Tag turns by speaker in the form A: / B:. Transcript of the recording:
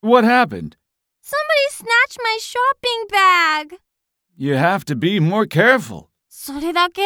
A: What happened?
B: Somebody snatched my shopping bag.
A: You have to be more careful.
B: それだけ